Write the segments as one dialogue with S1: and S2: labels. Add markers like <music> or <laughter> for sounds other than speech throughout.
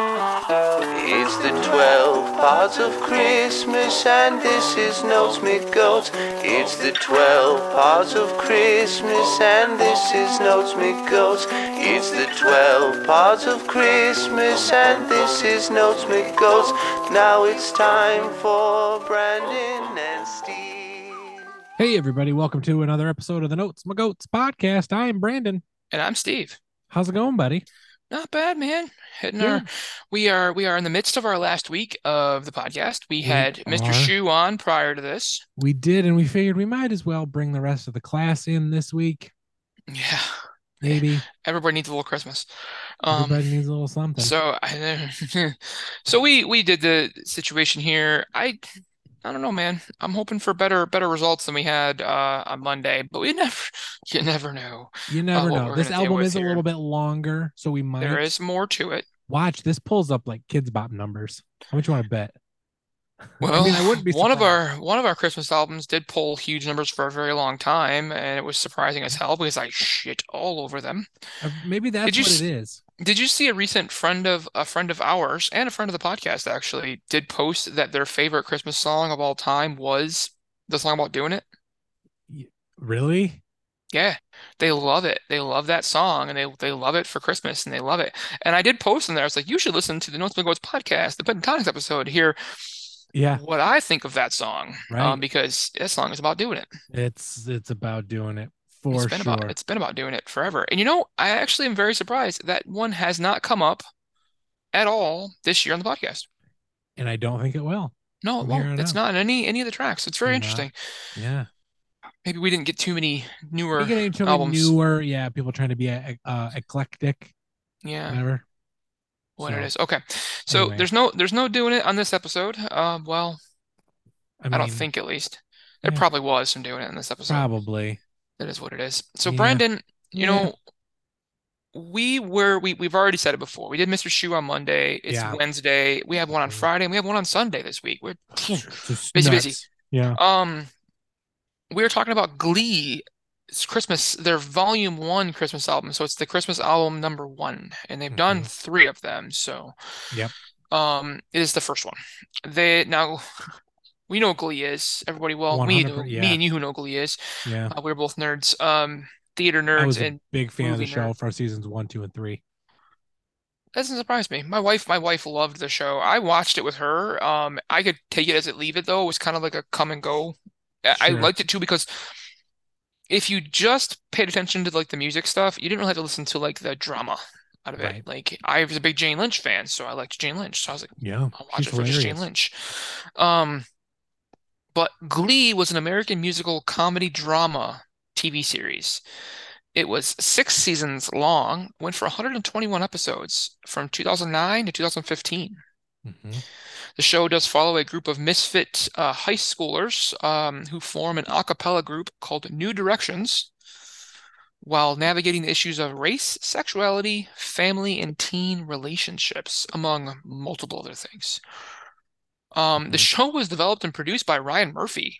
S1: It's the 12 parts of Christmas and this is Notes McGoat. It's the 12 parts of Christmas and this is Notes McGoat. It's the 12 parts of Christmas and this is Notes McGoat. Now it's time for Brandon and Steve.
S2: Hey, everybody, welcome to another episode of the Notes My Goats podcast. I am Brandon.
S3: And I'm Steve.
S2: How's it going, buddy?
S3: Not bad, man. Hitting
S2: Yeah.
S3: our we are we are in the midst of our last week of the podcast. We
S2: We
S3: had Mr.
S2: are.
S3: Shu on prior to this.
S2: We did, and we figured we might as well bring the rest of the class in this week.
S3: Yeah.
S2: Maybe
S3: Everybody needs a little Christmas. <laughs> Um
S2: everybody needs a little something.
S3: so I <laughs> so we we did the situation here. I I don't know, man. I'm hoping for better better results than we had uh on Monday, but we <laughs> never you never know.
S2: you never
S3: uh, what
S2: know.
S3: we're
S2: This
S3: gonna deal
S2: album
S3: with
S2: is a
S3: here.
S2: little bit longer, so we might
S3: There is more to it.
S2: watch. This pulls up like kids bop numbers. How much you want to bet?
S3: Well,
S2: I wouldn't be
S3: one of
S2: surprised.
S3: our one of our Christmas albums did pull huge numbers for a very long time, and it was surprising as hell because I shit all over them.
S2: Uh, Maybe that's
S3: you
S2: what
S3: s-
S2: it is.
S3: Did you see a recent friend of a friend of ours and a friend of the podcast actually did post that their favorite Christmas song of all time was the song about doing it?
S2: Really?
S3: Yeah, they love it. They love that song and they they love it for Christmas and they love it. And I did post in there. I was like, you should listen to the North Goats podcast, the Pentatonics episode, to hear
S2: Yeah,
S3: what I think of that song,
S2: Right.
S3: um, because that song is about doing it.
S2: it's it's about doing it
S3: It's
S2: for
S3: been
S2: sure.
S3: about it's been about doing it forever. And you know, I actually am very surprised that one has not come up at all this year on the podcast.
S2: and I don't think it will.
S3: No, it
S2: From here
S3: won't.
S2: on
S3: It's
S2: out.
S3: not in any any of the tracks. It's very
S2: Not
S3: interesting.
S2: Yeah.
S3: Maybe we didn't get too many newer
S2: You get into
S3: albums.
S2: newer, yeah, people trying to be uh, uh, eclectic,
S3: yeah,
S2: whatever.
S3: what it
S2: so,
S3: is. Okay. So
S2: anyway.
S3: there's no there's no doing it on this episode. Um, well,
S2: I,
S3: I don't
S2: mean,
S3: think at least. There
S2: yeah.
S3: probably was some doing it in this episode.
S2: probably.
S3: That is what it is. So
S2: Yeah.
S3: Brandon,
S2: Yeah.
S3: you know, we were we we've already said it before. We did Mr. Shoe on Monday. It's
S2: Yeah.
S3: Wednesday. We have one on
S2: Mhm.
S3: Friday and we have one on Sunday this week. We're
S2: It's just
S3: <sniffs> Busy, busy.
S2: nuts. Yeah.
S3: um we were talking about Glee. It's Christmas, their volume one Christmas album. So it's the Christmas album number one. And they've done three of them, so
S2: Mm-hmm. Yep.
S3: um it is the first one. They now <laughs> we know what Glee is. Everybody well, me
S2: 100%,
S3: know- me
S2: yeah.
S3: and you who know Glee is.
S2: Yeah.
S3: Uh, we're both nerds, um, theater
S2: I
S3: nerds,
S2: was a
S3: and
S2: big fan of the
S3: movie
S2: show
S3: nerd.
S2: for seasons one, two, and three.
S3: doesn't surprise me. My wife, my wife loved the show. I watched it with her. Um, I could take it as it leave it though. It was kind of like a come and go. I, I
S2: Sure.
S3: liked it too because if you just paid attention to like the music stuff, you didn't really have to listen to like the drama out of it.
S2: Right.
S3: Like I was a big Jane Lynch fan, so I liked Jane Lynch. So I was like,
S2: Yeah.
S3: I'll watch
S2: She's
S3: it for just Jane
S2: hilarious.
S3: Lynch. Um, but Glee was an American musical comedy drama TV series. It was six seasons long, went for 121 episodes from 2009 to 2015.
S2: Mhm.
S3: The show does follow a group of misfit uh, high schoolers um, who form an a cappella group called New Directions while navigating the issues of race, sexuality, family, and teen relationships, among multiple other things. Um, the
S2: Mhm.
S3: show was developed and produced by Ryan Murphy.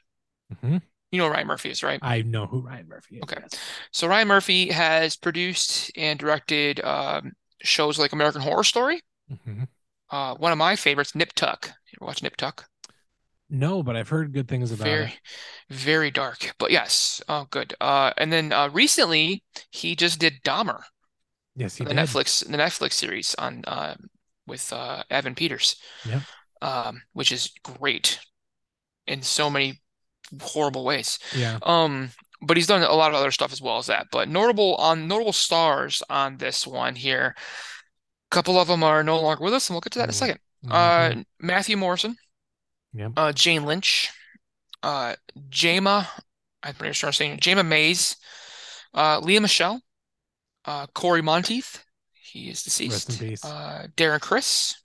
S2: Mhm.
S3: You know who Ryan Murphy is, right?
S2: I know who Ryan Murphy is.
S3: Okay.
S2: yes.
S3: So Ryan Murphy has produced and directed um, shows like American Horror Story.
S2: Mhm.
S3: Uh, one of my favorites, Nip Tuck. You ever watch Nip Tuck?
S2: No, but I've heard good things about
S3: Very,
S2: it.
S3: very dark. But yes, oh, good. Uh, and then uh, recently he just did Dahmer,
S2: Yes, he
S3: the
S2: did.
S3: Netflix, the Netflix series on uh, with uh, Evan Peters,
S2: Yep.
S3: um, which is great in so many horrible ways.
S2: Yeah.
S3: Um, but he's done a lot of other stuff as well as that. But notable on notable stars on this one here. A couple of them are no longer with us, and we'll get to that in a
S2: Mhm.
S3: second.
S2: Mhm.
S3: Uh, Matthew Morrison,
S2: Yep.
S3: uh, Jane Lynch, uh, Jama, I'm pretty sure I'm saying Jama Mays, uh, Leah Michelle, uh, Corey Monteith, he is deceased,
S2: peace.
S3: uh, Darren Chris,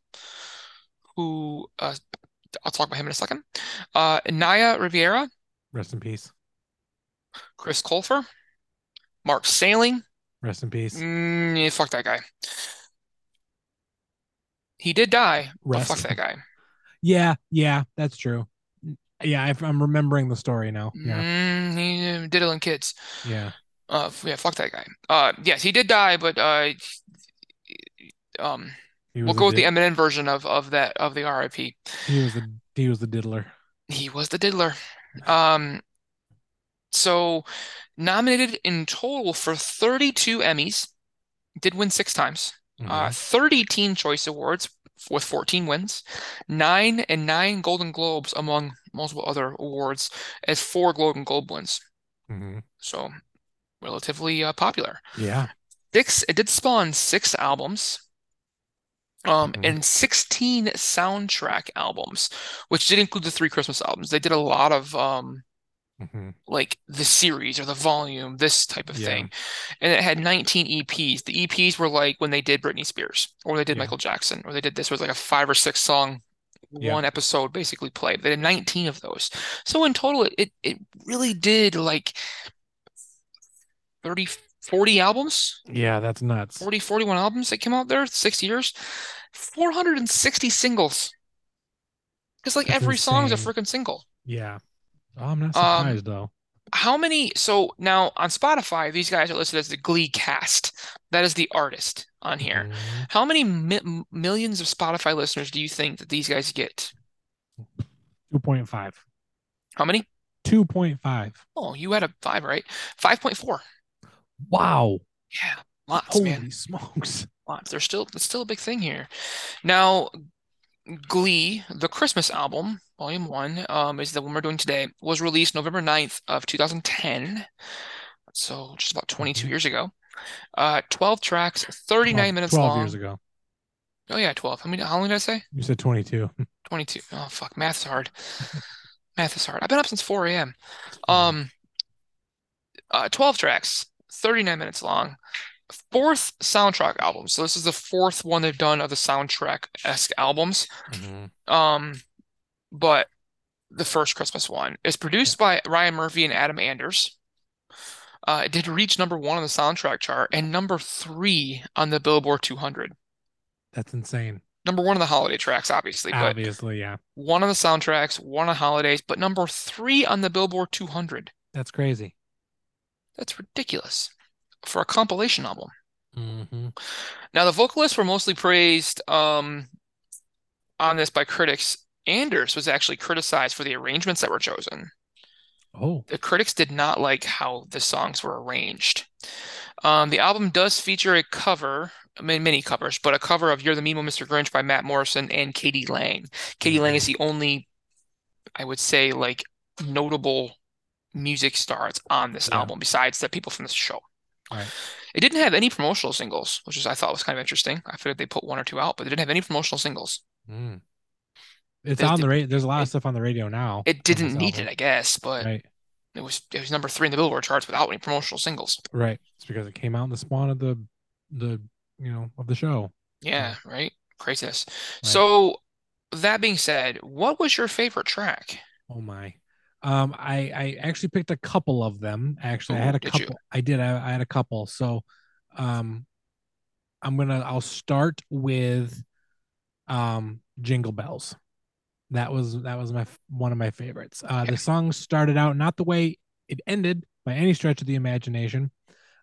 S3: who uh, I'll talk about him in a second, uh, Naya Riviera,
S2: Rest in peace.
S3: Chris Colfer, Mark Sailing,
S2: Rest in peace.
S3: mm, yeah, fuck that guy. He did die, but
S2: Rest.
S3: fuck that guy.
S2: Yeah. Yeah. That's true. Yeah. I, I'm remembering the story now. Yeah.
S3: Mm, he, uh, diddling kids.
S2: Yeah.
S3: Uh, f- yeah, fuck that guy. Uh, yes, he did die, but uh, um,
S2: He
S3: we'll
S2: was a
S3: go with the
S2: did-
S3: Eminem version of of that of the RIP.
S2: He was the he was the diddler.
S3: He was the diddler. Um, so nominated in total for 32 Emmys, did win six times.
S2: Mm-hmm.
S3: Uh, 30 Teen Choice Awards with 14 wins, nine and nine Golden Globes among multiple other awards, as four Golden Globe wins.
S2: Mhm.
S3: So relatively uh, popular.
S2: Yeah.
S3: Six, it did spawn six albums, um,
S2: Mhm.
S3: and 16 soundtrack albums, which did include the three Christmas albums. They did a lot of um,
S2: Mhm.
S3: like the series or the volume, this type of
S2: Yeah.
S3: thing. And it had 19 EPs. The EPs were like when they did Britney Spears or they did
S2: Yeah.
S3: Michael Jackson or they did this was like a five or six song,
S2: Yeah.
S3: one episode basically played. They did 19 of those. So in total, it, it, it really did like 30, 40 albums,
S2: Yeah, that's nuts.
S3: 40, 41 albums that came out there, six years, 460 singles. Because like
S2: That's
S3: every song's a
S2: insane.
S3: freaking single.
S2: Yeah. Oh, I'm not
S3: Um,
S2: surprised though.
S3: How many? So now on Spotify, these guys are listed as the Glee cast. That is the artist on here.
S2: Mhm.
S3: How many mi millions of Spotify listeners do you think that these guys get?
S2: 2.5.
S3: How many?
S2: 2.5.
S3: Oh, you had a five, right? 5.4.
S2: Wow.
S3: Yeah, lots,
S2: Holy
S3: man.
S2: smokes.
S3: Lots. There's still it's still a big thing here. Now, Glee, the Christmas album, Volume One, um, is the one we're doing today, was released November 9th of 2010. So just about 22
S2: Mhm.
S3: years ago. Uh, 12 tracks, 39
S2: Well,
S3: minutes
S2: 12
S3: long.
S2: years ago.
S3: Oh yeah, 12. I mean, how long did I say?
S2: You said 22.
S3: 22. Oh fuck, math's hard. Math is hard. I've been up since 4 a.m.
S2: Yeah.
S3: Um, uh, 12 tracks, 39 minutes long. Fourth soundtrack album. So this is the fourth one they've done of the soundtrack-esque albums.
S2: Mhm.
S3: Um, but the first Christmas one is produced by Ryan Murphy and Adam Anders. Uh, it did reach number one on the soundtrack chart and number three on the Billboard 200.
S2: <laughs> That's insane.
S3: Number one on the holiday tracks, obviously, but
S2: Obviously, yeah.
S3: one on the soundtracks, one on holidays, but number three on the Billboard 200.
S2: That's crazy.
S3: That's ridiculous for a compilation album.
S2: Mm-hmm.
S3: Now, the vocalists were mostly praised um, on this by critics. Anders was actually criticized for the arrangements that were chosen.
S2: Oh,
S3: The critics did not like how the songs were arranged. Um, the album does feature a cover, I mean, many covers, but a cover of You're the Mean One, Mr. Grinch by Matt Morrison and Katie Lang. Katie Lang is the only, I would say, like notable music star that's on this
S2: Yeah.
S3: album besides the people from this show.
S2: Right.
S3: It didn't have any promotional singles, which is I thought was kind of interesting. I figured they put one or two out, but it didn't have any promotional singles.
S2: Mm. It's
S3: There's
S2: on
S3: the-
S2: the radio. There's a lot
S3: it-
S2: of stuff on the radio now.
S3: It
S2: from
S3: didn't
S2: this
S3: need it,
S2: album.
S3: I guess, but
S2: Right,
S3: it was it was number three in the Billboard charts without any promotional singles.
S2: right. It's because it came out in the spawn of the, the you know, of the show.
S3: Yeah, right? Craziness.
S2: Right.
S3: So that being said, what was your favorite track?
S2: Oh my. Um, I I actually picked a couple of them. Actually, I had a
S3: Ooh, Oh, did
S2: couple.
S3: you?
S2: I did. I, I had a couple. So, um, I'm gonna. I'll start with, um, Jingle Bells. That was that was my f- one of my favorites. Uh,
S3: Okay.
S2: the song started out not the way it ended by any stretch of the imagination.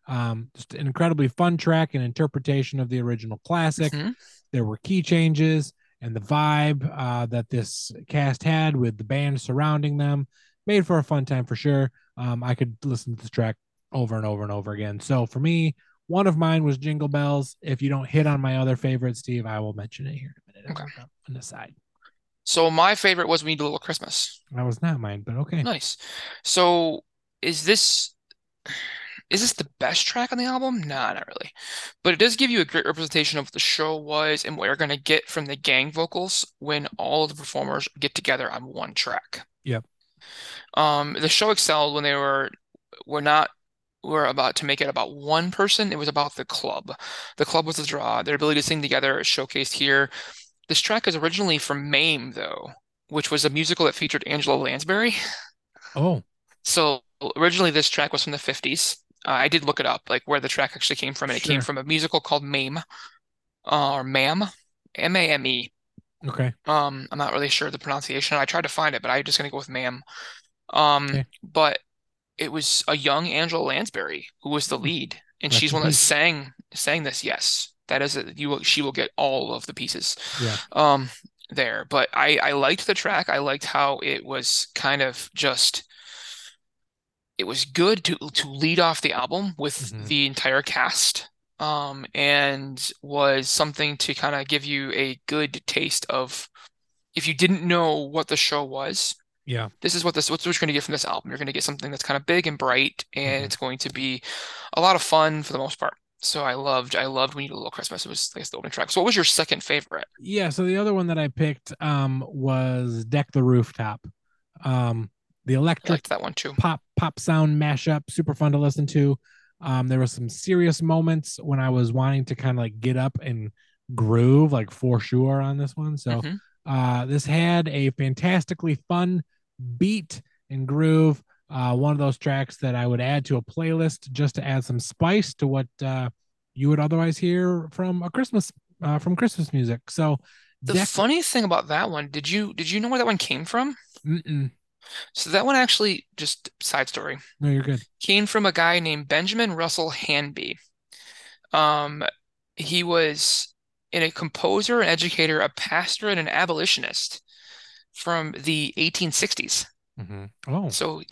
S2: Um, just an incredibly fun track and interpretation of the original classic
S3: Mhm.
S2: there were key changes and the vibe uh, that this cast had with the band surrounding them made for a fun time for sure um, i could listen to this track over and over and over again so for me one of mine was jingle bells if you don't hit on my other favorite steve i will mention it here in a minute
S3: Okay.
S2: on the side
S3: So my favorite was We Need a Little Christmas.
S2: that was not mine but okay
S3: Nice. So is this is this the best track on the album? Nah, not really. But it does give you a great representation of what the show was and what you're gonna get from the gang vocals when all of the performers get together on one track.
S2: Yep.
S3: Um, the show excelled when they were were not were about to make it about one person. It was about the club. The club was the draw. Their ability to sing together is showcased here. This track is originally from MAME though, which was a musical that featured Angela Lansbury.
S2: oh
S3: So originally, this track was from the 50s. Uh, I did look it up, like where the track actually came from, and it came
S2: Sure.
S3: from a musical called MAME, uh, or MAM, M-A-M-E.
S2: okay
S3: E. Um, I'm not really sure of the pronunciation. I tried to find it, but I'm just gonna go with MAM. Um,
S2: Okay.
S3: but it was a young Angela Lansbury who was the lead, and
S2: Hmm. Rest
S3: she's
S2: in
S3: one that
S2: peace.
S3: sang sang this. Yes, that is a, you. Will, she will get all of the pieces.
S2: Yeah.
S3: Um, there, but I I liked the track. I liked how it was kind of just. It was good to to lead off the album with
S2: Mhm.
S3: the entire cast, um, and was something to kind of give you a good taste of. If you didn't know what the show was,
S2: Yeah.
S3: this is what this what's what you're going to get from this album. You're going to get something that's kind of big and bright, and
S2: Mhm.
S3: it's going to be a lot of fun for the most part. So I loved, I loved We Need a Little Christmas. It was, I guess, the opening track. So what was your second favorite?
S2: Yeah. So the other one that I picked um, was Deck the Rooftop. Um, the
S3: I
S2: electric
S3: liked that one too.
S2: pop pop sound mashup super fun to listen to um there were some serious moments when i was wanting to kind of like get up and groove like for sure on this one so
S3: Mhm.
S2: uh this had a fantastically fun beat and groove uh one of those tracks that i would add to a playlist just to add some spice to what uh you would otherwise hear from a christmas uh from christmas music so
S3: The
S2: Deck-
S3: funny thing about that one, did you did you know where that one came from?
S2: Mm-mm.
S3: So that one actually, just side story,
S2: no you're good
S3: came from a guy named Benjamin Russell Hanby. Um, he was in a composer, an educator, a pastor, and an abolitionist from the 1860s.
S2: oh
S3: So 1833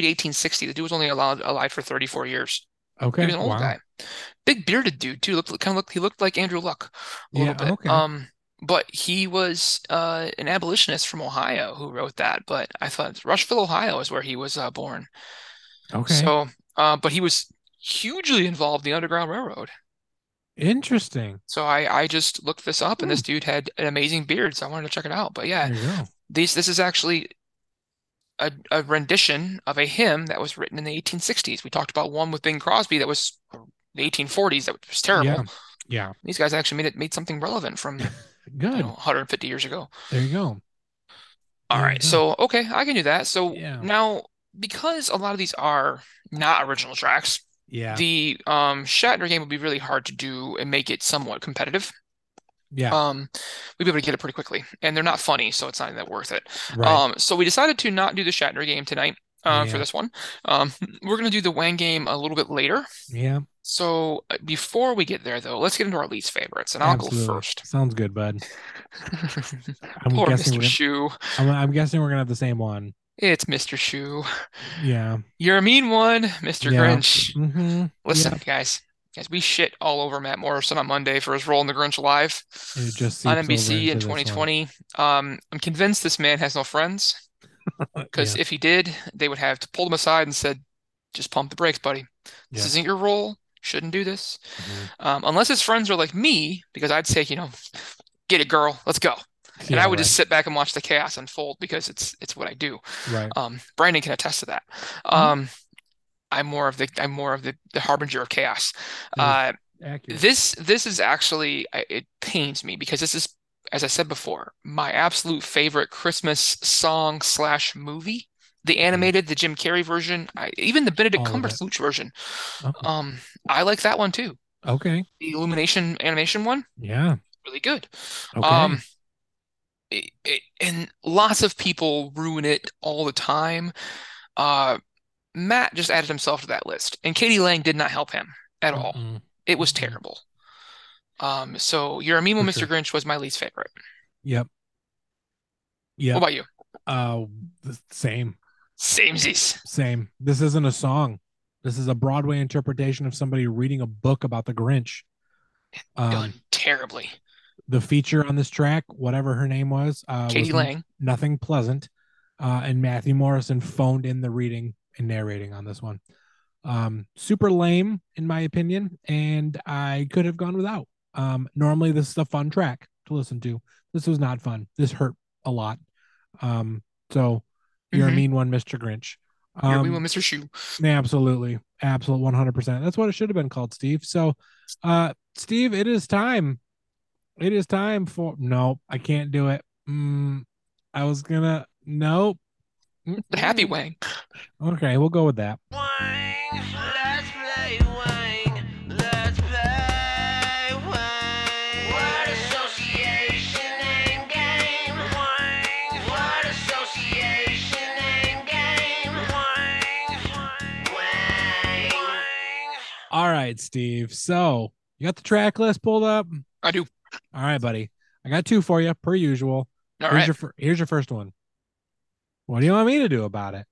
S3: to 1860, the dude was only allowed alive for 34 years.
S2: okay
S3: He was an old
S2: wow.
S3: guy, big bearded dude too. Looked kind of looked he looked like Andrew Luck a little
S2: Yeah,
S3: bit.
S2: okay.
S3: Um, but he was uh, an abolitionist from Ohio who wrote that. But I thought Rushville, Ohio, is where he was uh, born.
S2: okay
S3: So, uh, but he was hugely involved in the Underground Railroad.
S2: interesting
S3: So I I just looked this up, and
S2: Hmm.
S3: this dude had an amazing beard, so I wanted to check it out. But yeah,
S2: there you go
S3: these this is actually a, a rendition of a hymn that was written in the 1860s. We talked about one with Bing Crosby that was the 1840s that was terrible.
S2: Yeah. Yeah.
S3: These guys actually made it made something relevant from you
S2: Good.
S3: know 150 years ago.
S2: There you go.
S3: All
S2: There you
S3: right,
S2: go.
S3: so okay, I can do that. So
S2: Yeah.
S3: now because a lot of these are not original tracks,
S2: Yeah.
S3: the um, Shatner game would be really hard to do and make it somewhat competitive.
S2: Yeah.
S3: Um, we'd be able to get it pretty quickly, and they're not funny, so it's not that worth it.
S2: right. Oh,
S3: Um, so we decided to not do the Shatner game tonight uh,
S2: Yeah.
S3: for this one. Um, <laughs> we're going to do the Wang game a little bit later.
S2: yeah.
S3: So uh, before we get there, though, let's get into our least favorites, and I'll go
S2: absolutely.
S3: first. <laughs>
S2: Sounds good, bud. I'm
S3: Poor
S2: guessing
S3: Mr.
S2: we're
S3: Shu.
S2: gonna, I'm, I'm guessing we're gonna have the same one.
S3: It's Mr. Shu.
S2: Yeah.
S3: You're a mean one, Mr.
S2: Yeah.
S3: Grinch.
S2: Mm-hmm.
S3: Listen, guys, guys, we shit all over Matt Morrison on Monday for his role in The Grinch Live
S2: It just
S3: on
S2: seeps over
S3: NBC in
S2: into this one.
S3: 2020. Um, I'm convinced this man has no friends. Because
S2: Yeah.
S3: if he did, they would have pulled him aside and said, just pump the brakes, buddy. This
S2: Yeah.
S3: isn't your role. Shouldn't do this.
S2: Mhm.
S3: Um, unless his friends are like me, because I'd say, you know, get it, girl, let's go. And
S2: Yeah,
S3: I would just sit back and watch the chaos unfold because it's it's what I do.
S2: right. right.
S3: Um, Brandon can attest to that. Um, I'm more of the I'm more of the, the harbinger of chaos.
S2: That
S3: Uh,
S2: Accurate.
S3: this this is actually I- it pains me because this is, as I said before, my absolute favorite Christmas song slash movie. The animated, the Jim Carrey version, I, even the Benedict
S2: All of it.
S3: Cumberbatch version.
S2: Okay.
S3: Um, I like that one too.
S2: okay.
S3: The Illumination animation one,
S2: Yeah.
S3: really good.
S2: Okay.
S3: Um, it, it, and lots of people ruin it all the time. Uh, Matt just added himself to that list, and Katie Lang did not help him at all.
S2: Mm-mm.
S3: It was
S2: Mhm.
S3: terrible. Um, so your Amiibo
S2: For
S3: Mr.
S2: sure.
S3: Grinch was my least favorite.
S2: Yep. Yeah.
S3: What about you?
S2: Uh, the same.
S3: Samesies.
S2: Same. This isn't a song. This is a Broadway interpretation of somebody reading a book about the Grinch. Um,
S3: Done terribly.
S2: the feature on this track, whatever her name was, uh,
S3: Katie
S2: was n-
S3: Lang.
S2: nothing pleasant. Uh, and Matthew Morrison phoned in the reading and narrating on this one. Um, super lame, in my opinion, and I could have gone without. Um, normally, this is a fun track to listen to. This was not fun. This hurt a lot. Um, so you're a
S3: Mhm.
S2: mean one, Mr. Grinch.
S3: Your
S2: Um,
S3: Amiibo Mr. Shoe.
S2: yeah, absolutely. Absolute 100%. That's what it should have been called, Steve. So, uh Steve, it is time. It is time for No, I can't do it. Mm, I was going to Nope.
S3: The happy
S2: Mm-mm.
S3: Wang.
S2: Okay, we'll go with that.
S1: Wang, let's play Wang, let's play Wang. Word association and game. Wang, word association and game. Wang,
S2: right, Steve. So you got the track list pulled up?
S3: I do.
S2: All right, buddy. I got two for you, per usual.
S3: All
S2: here's
S3: right.
S2: your fir- here's your first one. What do you want me to do about it?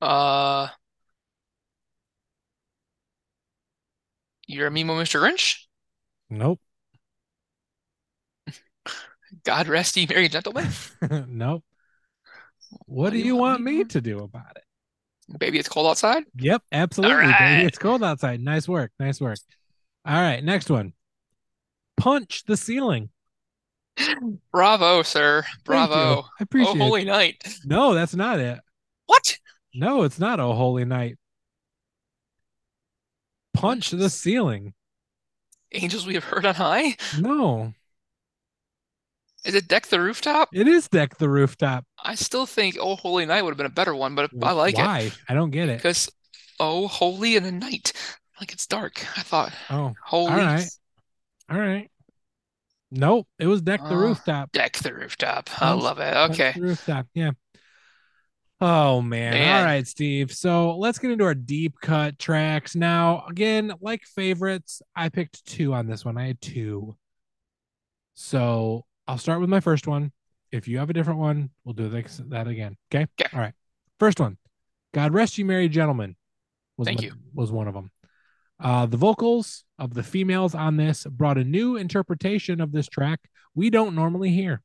S3: Uh, you're a Mimo, Mr. Grinch.
S2: Nope.
S3: God rest ye merry gentlemen.
S2: <laughs> nope. What do you want me to do about it?
S3: Baby, it's cold outside.
S2: Yep, absolutely,
S3: right.
S2: baby. It's cold outside. Nice work. Nice work. All right, next one. Punch the ceiling.
S3: Bravo, sir.
S2: Thank you.
S3: Bravo.
S2: I appreciate
S3: Oh,
S2: it.
S3: holy night.
S2: No, that's not it.
S3: What?
S2: No, it's not oh holy night. Punch the ceiling.
S3: Angels we have heard on high?
S2: No,
S3: Is it Deck the Rooftop?
S2: it is deck the rooftop.
S3: I still think Oh Holy Night would have been a better one, but I like it.
S2: Why? I don't get it.
S3: Because Oh Holy in the Night. Like it's dark. I thought
S2: Oh,
S3: Holy
S2: right. all right. Nope, it was deck the
S3: Uh,
S2: rooftop.
S3: Deck the Rooftop. I
S2: Punch-
S3: love it.
S2: Punch
S3: Okay.
S2: the rooftop. Yeah. Oh man.
S3: Man.
S2: All right, Steve. So let's get into our deep cut tracks. Now, again, like favorites, I picked two on this one. I had two. So I'll start with my first one. If you have a different one, we'll do this, that again. Okay?
S3: Okay.
S2: All right. First one. God rest you, merry gentlemen. Was
S3: Thank
S2: my-
S3: you.
S2: Was one of them. Uh, the vocals of the females on this brought a new interpretation of this track we don't normally hear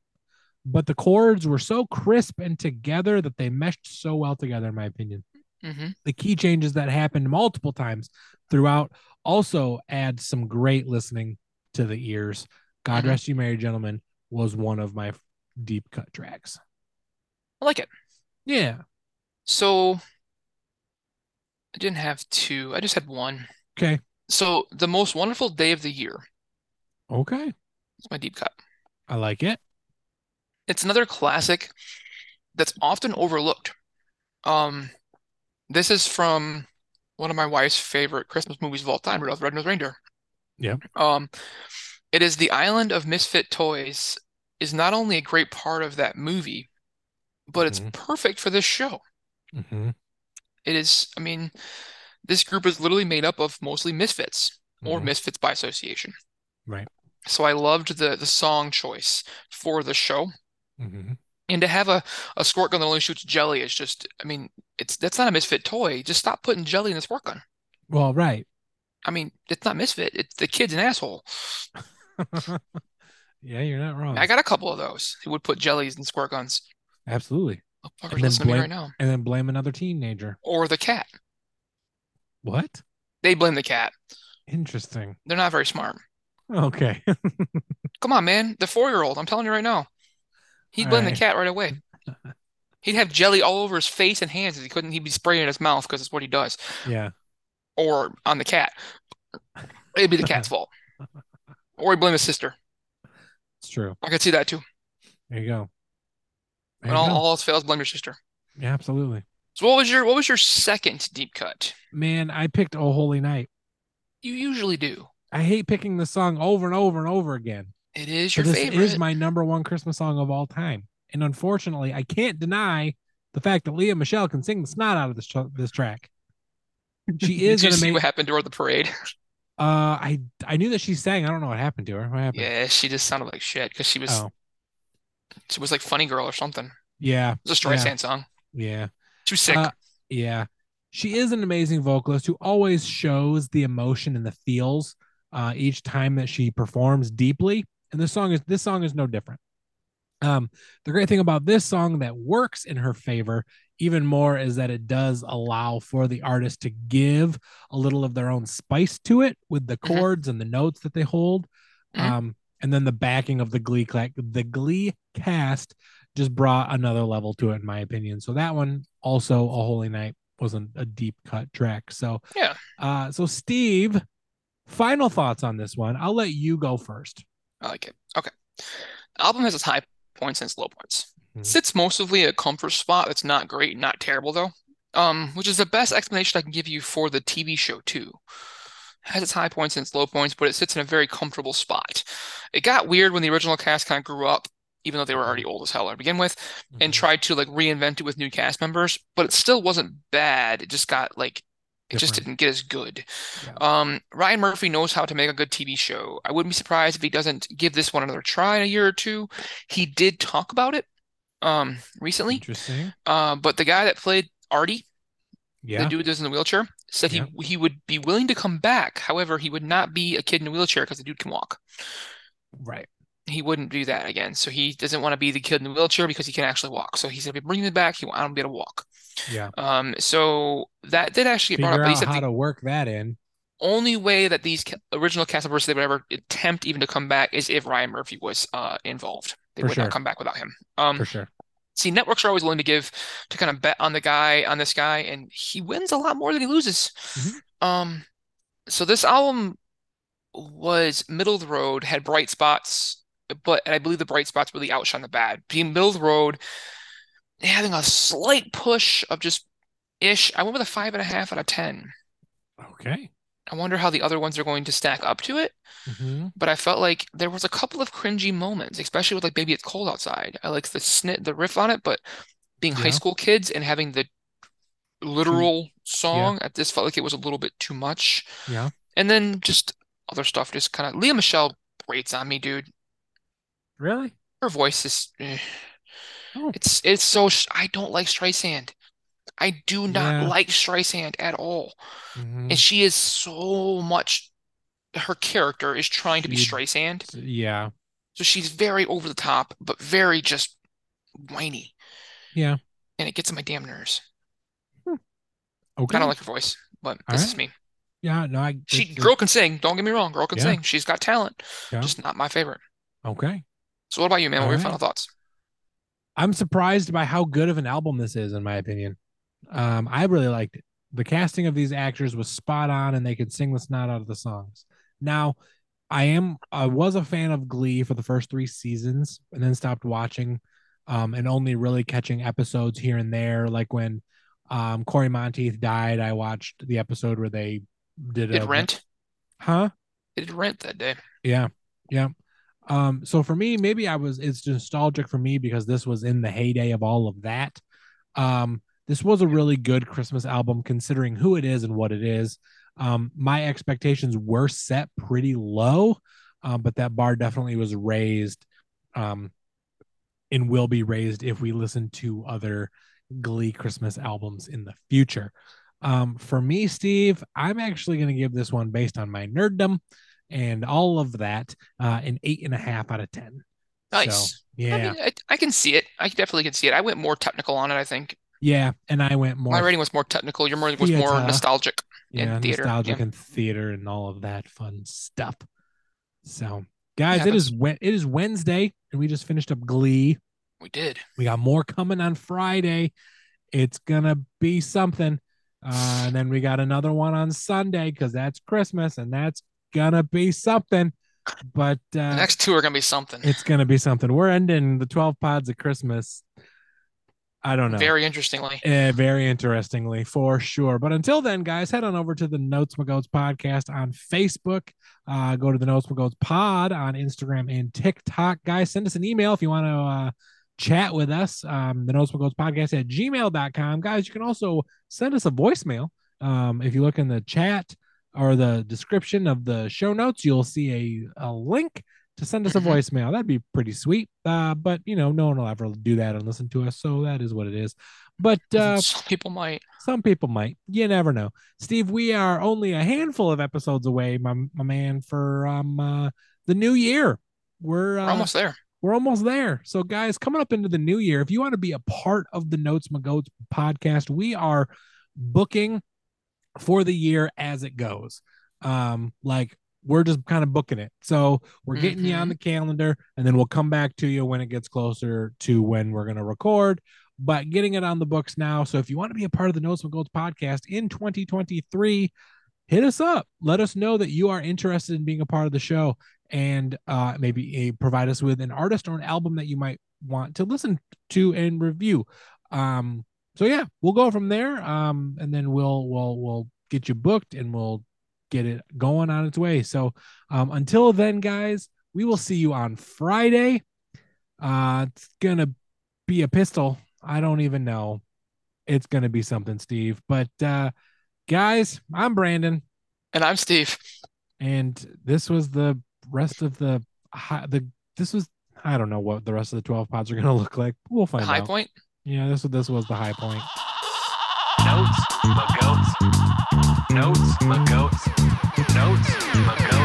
S2: but the chords were so crisp and together that they meshed so well together in my opinion
S3: hmm
S2: the key changes that happened multiple times throughout also add some great listening to the ears god
S3: Mhm.
S2: rest you merry gentlemen was one of my f- deep cut tracks
S3: I like it.
S2: yeah
S3: So I didn't have two. I just had one.
S2: okay
S3: So the most wonderful day of the year
S2: okay
S3: is my deep cut.
S2: i like it
S3: It's another classic that's often overlooked. Um, this is from one of my wife's favorite Christmas movies of all time, Rudolph the Red-Nosed Reindeer.
S2: Yep.
S3: Um, it is the Island of Misfit Toys is not only a great part of that movie, but it's
S2: Mhm.
S3: perfect for this show.
S2: mm-hmm.
S3: It is, I mean, this group is literally made up of mostly misfits
S2: Mm-hmm.
S3: or misfits by association.
S2: Right.
S3: So I loved the the song choice for the show.
S2: Mm-hmm.
S3: And to have a, a squirt gun that only shoots jelly is just, I mean, it's that's not a misfit toy. Just stop putting jelly in the squirt gun.
S2: well <laughs> right
S3: I mean, it's not misfit. It's the kid's an asshole.
S2: yeah you're not wrong
S3: I got a couple of those who would put jellies in squirt guns.
S2: absolutely
S3: Oh,
S2: And
S3: fuckers,
S2: then
S3: listen to me
S2: blame-
S3: right now.
S2: and then blame another teenager
S3: Or the cat.
S2: what
S3: They blame the cat.
S2: interesting
S3: They're not very smart.
S2: <laughs> okay
S3: Come on, man. The four-year-old, I'm telling you right now. He'd blame the
S2: Alright.
S3: cat right
S2: <laughs>
S3: away. He'd have jelly all over his face and hands if he couldn't, he'd be spraying it in his mouth because it's what he does.
S2: yeah
S3: Or on the cat. It'd be
S2: <laughs>
S3: the cat's fault. Or he'd blame his sister.
S2: it's true
S3: I could see that too.
S2: There you go. There
S3: When
S2: you
S3: all,
S2: go.
S3: all else fails, blame your sister.
S2: yeah, absolutely.
S3: So what was your what was your second deep cut?
S2: Man, I picked Oh Holy Night.
S3: You usually do.
S2: I hate picking this song over and over and over again.
S3: It is
S2: but
S3: your
S2: this
S3: favorite.
S2: is my number one Christmas song of all time. And unfortunately, I can't deny the fact that Leah Michelle can sing the snot out of this, tr- this track.
S3: <laughs>
S2: She
S3: Did
S2: is
S3: you
S2: an
S3: see
S2: amazing.
S3: what happened to her at the parade?
S2: Uh, I I knew that she sang. I don't know what happened to her. What happened?
S3: Yeah, she just sounded like shit because she was
S2: Oh,
S3: she was like funny girl or something. It
S2: yeah,
S3: was a
S2: Yeah.
S3: Streisand song.
S2: yeah.
S3: She was sick.
S2: Uh, Yeah. She is an amazing vocalist who always shows the emotion and the feels uh, each time that she performs deeply. And this song is this song is no different. Um, the great thing about this song that works in her favor even more is that it does allow for the artist to give a little of their own spice to it with the
S3: Mhm.
S2: chords and the notes that they hold.
S3: Mhm.
S2: Um, and then the backing of the Glee cla- the Glee cast just brought another level to it, in my opinion. So that one also a holy night wasn't a deep cut track. So
S3: Yeah.
S2: Uh, so Steve, final thoughts on this one. I'll let you go first.
S3: I like it. Okay. Album has its high points and its low points.
S2: Mhm.
S3: Sits mostly at a comfort spot that's not great, not terrible though. Um, which is the best explanation I can give you for the TV show too. Has its high points and its low points, but it sits in a very comfortable spot. It got weird when the original cast kind of grew up even though they were already old as hell to begin with, and
S2: Mm-hmm.
S3: tried to like reinvent it with new cast members, but it still wasn't bad. It just got like it just
S2: Different.
S3: didn't get as good.
S2: Yeah.
S3: Um, Ryan Murphy knows how to make a good TV show. I wouldn't be surprised if he doesn't give this one another try in a year or two. He did talk about it um recently,
S2: Interesting.
S3: uh, but the guy that played Artie, the
S2: Yeah.
S3: dude that's in the wheelchair, said
S2: Yeah.
S3: he he would be willing to come back. However, he would not be a kid in a wheelchair because the dude can walk.
S2: Right.
S3: he wouldn't do that again. So he doesn't want to be the kid in the wheelchair because he can actually walk. So he's gonna be bringing it back. He want him to be able to walk.
S2: Yeah.
S3: Um, so that did actually get
S2: Figure
S3: brought up. But he
S2: out
S3: said
S2: how
S3: the
S2: to work that in.
S3: only way that these ca- original cast members they would ever attempt even to come back is if Ryan Murphy was uh, involved. They
S2: For
S3: would
S2: sure.
S3: not come back without him. Um,
S2: For sure.
S3: see, networks are always willing to give to kind of bet on the guy on this guy, and he wins a lot more than he loses.
S2: Mhm.
S3: Um, so this album was middle of the road, had bright spots, but and I believe the bright spots really outshone the bad. Being middle of the road, having a slight push of just ish. I went with a five and a half out of ten.
S2: Okay.
S3: I wonder how the other ones are going to stack up to it,
S2: hmm
S3: but I felt like there was a couple of cringy moments, especially with like Baby It's Cold Outside. I liked the snit, the riff on it, but being high
S2: Yeah.
S3: school kids and having the literal song, I just felt like it was a little bit too much.
S2: Yeah.
S3: And then just other stuff, just kind of Leah Michelle grates on me, dude.
S2: Really?
S3: Her voice is, eh.
S2: Oh.
S3: It's it's so sh- I don't like Streisand. I do not
S2: Yeah.
S3: like Streisand at all.
S2: Mhm.
S3: And she is so much, her character is trying to be
S2: She-
S3: Streisand.
S2: Yeah.
S3: So she's very over the top, but very just whiny.
S2: Yeah.
S3: And it gets on my damn nerves.
S2: Okay.
S3: I don't like her voice, but
S2: All
S3: this
S2: right.
S3: is me.
S2: yeah. No. I,
S3: She
S2: it's-
S3: girl can sing. Don't get me wrong, girl can
S2: Yeah.
S3: sing. She's got talent.
S2: Yeah.
S3: Just not my favorite.
S2: Okay.
S3: So what about you, man? What were your
S2: All
S3: final thoughts?
S2: I'm surprised by how good of an album this is, in my opinion. Um, I really liked it. The casting of these actors was spot on, and they could sing the snot out of the songs. Now, I am I was a fan of Glee for the first three seasons, and then stopped watching, um, and only really catching episodes here and there. Like when um, Corey Monteith died, I watched the episode where they did,
S3: Did
S2: a,
S3: Rent?
S2: huh?
S3: They did Rent that day.
S2: Yeah. Yeah. Um, so for me, maybe I was it's nostalgic for me because this was in the heyday of all of that. Um, this was a really good Christmas album considering who it is and what it is. Um, my expectations were set pretty low, um, but that bar definitely was raised um and will be raised if we listen to other Glee Christmas albums in the future. Um, for me, Steve, I'm actually going to give this one based on my nerddom and all of that uh, an eight and a half out of ten. So,
S3: Nice. I
S2: yeah,
S3: mean, I, I can see it. I definitely can see it. I went more technical on it, I think.
S2: yeah. And I went more
S3: My rating was more technical. Your rating was more
S2: Theater.
S3: nostalgic. in
S2: yeah,
S3: theater,
S2: nostalgic
S3: yeah.
S2: and theater and all of that fun stuff. So, guys, it
S3: happens.
S2: is Wed- it is Wednesday, and we just finished up Glee.
S3: We did.
S2: We got more coming on Friday. It's gonna be something. Uh, and then we got another one on Sunday because that's Christmas, and that's gonna be something. But
S3: The
S2: uh,
S3: next two are gonna be something.
S2: it's gonna be something. We're ending the twelve pods of Christmas. I don't know.
S3: Very interestingly.
S2: Eh, very interestingly, for sure. But until then, guys, head on over to the Notes My Goats podcast on Facebook. Uh, go to the Notes My Goats pod on Instagram and TikTok. Guys, send us an email if you want to uh, chat with us. Um, the Notes My Goats podcast at gmail.com. Guys, you can also send us a voicemail. Um, if you look in the chat or the description of the show notes, you'll see a, a link to send us a
S3: Mhm.
S2: voicemail. That'd be pretty sweet. Uh, but, you know, no one will ever do that and listen to us. So that is what it is. But uh,
S3: Some people might.
S2: some people might. You never know. Steve, we are only a handful of episodes away, my, my man, for um uh, the new year. We're
S3: We're
S2: uh,
S3: almost there.
S2: we're almost there. So, guys, coming up into the new year, if you want to be a part of the Notes My Goats podcast, we are booking for the year as it goes. Um, like we're just kind of booking it. So we're getting you on the calendar, and then we'll come back to you when it gets closer to when we're gonna record. But getting it on the books now. So if you want to be a part of the Notes My Goats podcast in 2023, hit us up. Let us know that you are interested in being a part of the show and uh, maybe a, provide us with an artist or an album that you might want to listen to and review. Um, so yeah, we'll go from there, um, and then we'll we'll we'll get you booked and we'll get it going on its way. So um, until then, guys, we will see you on Friday. Uh, it's gonna be a pistol. I don't even know. It's gonna be something, Steve. But uh, guys, I'm Brandon,
S3: And I'm Steve.
S2: and this was the rest of the hi- the. This was I don't know what the rest of the twelve pods are gonna <laughs> look like. We'll find
S3: High
S2: out.
S3: point.
S2: Yeah, this was this was the high point.
S1: Notes, my goats. Notes, my goats. Notes, my goats.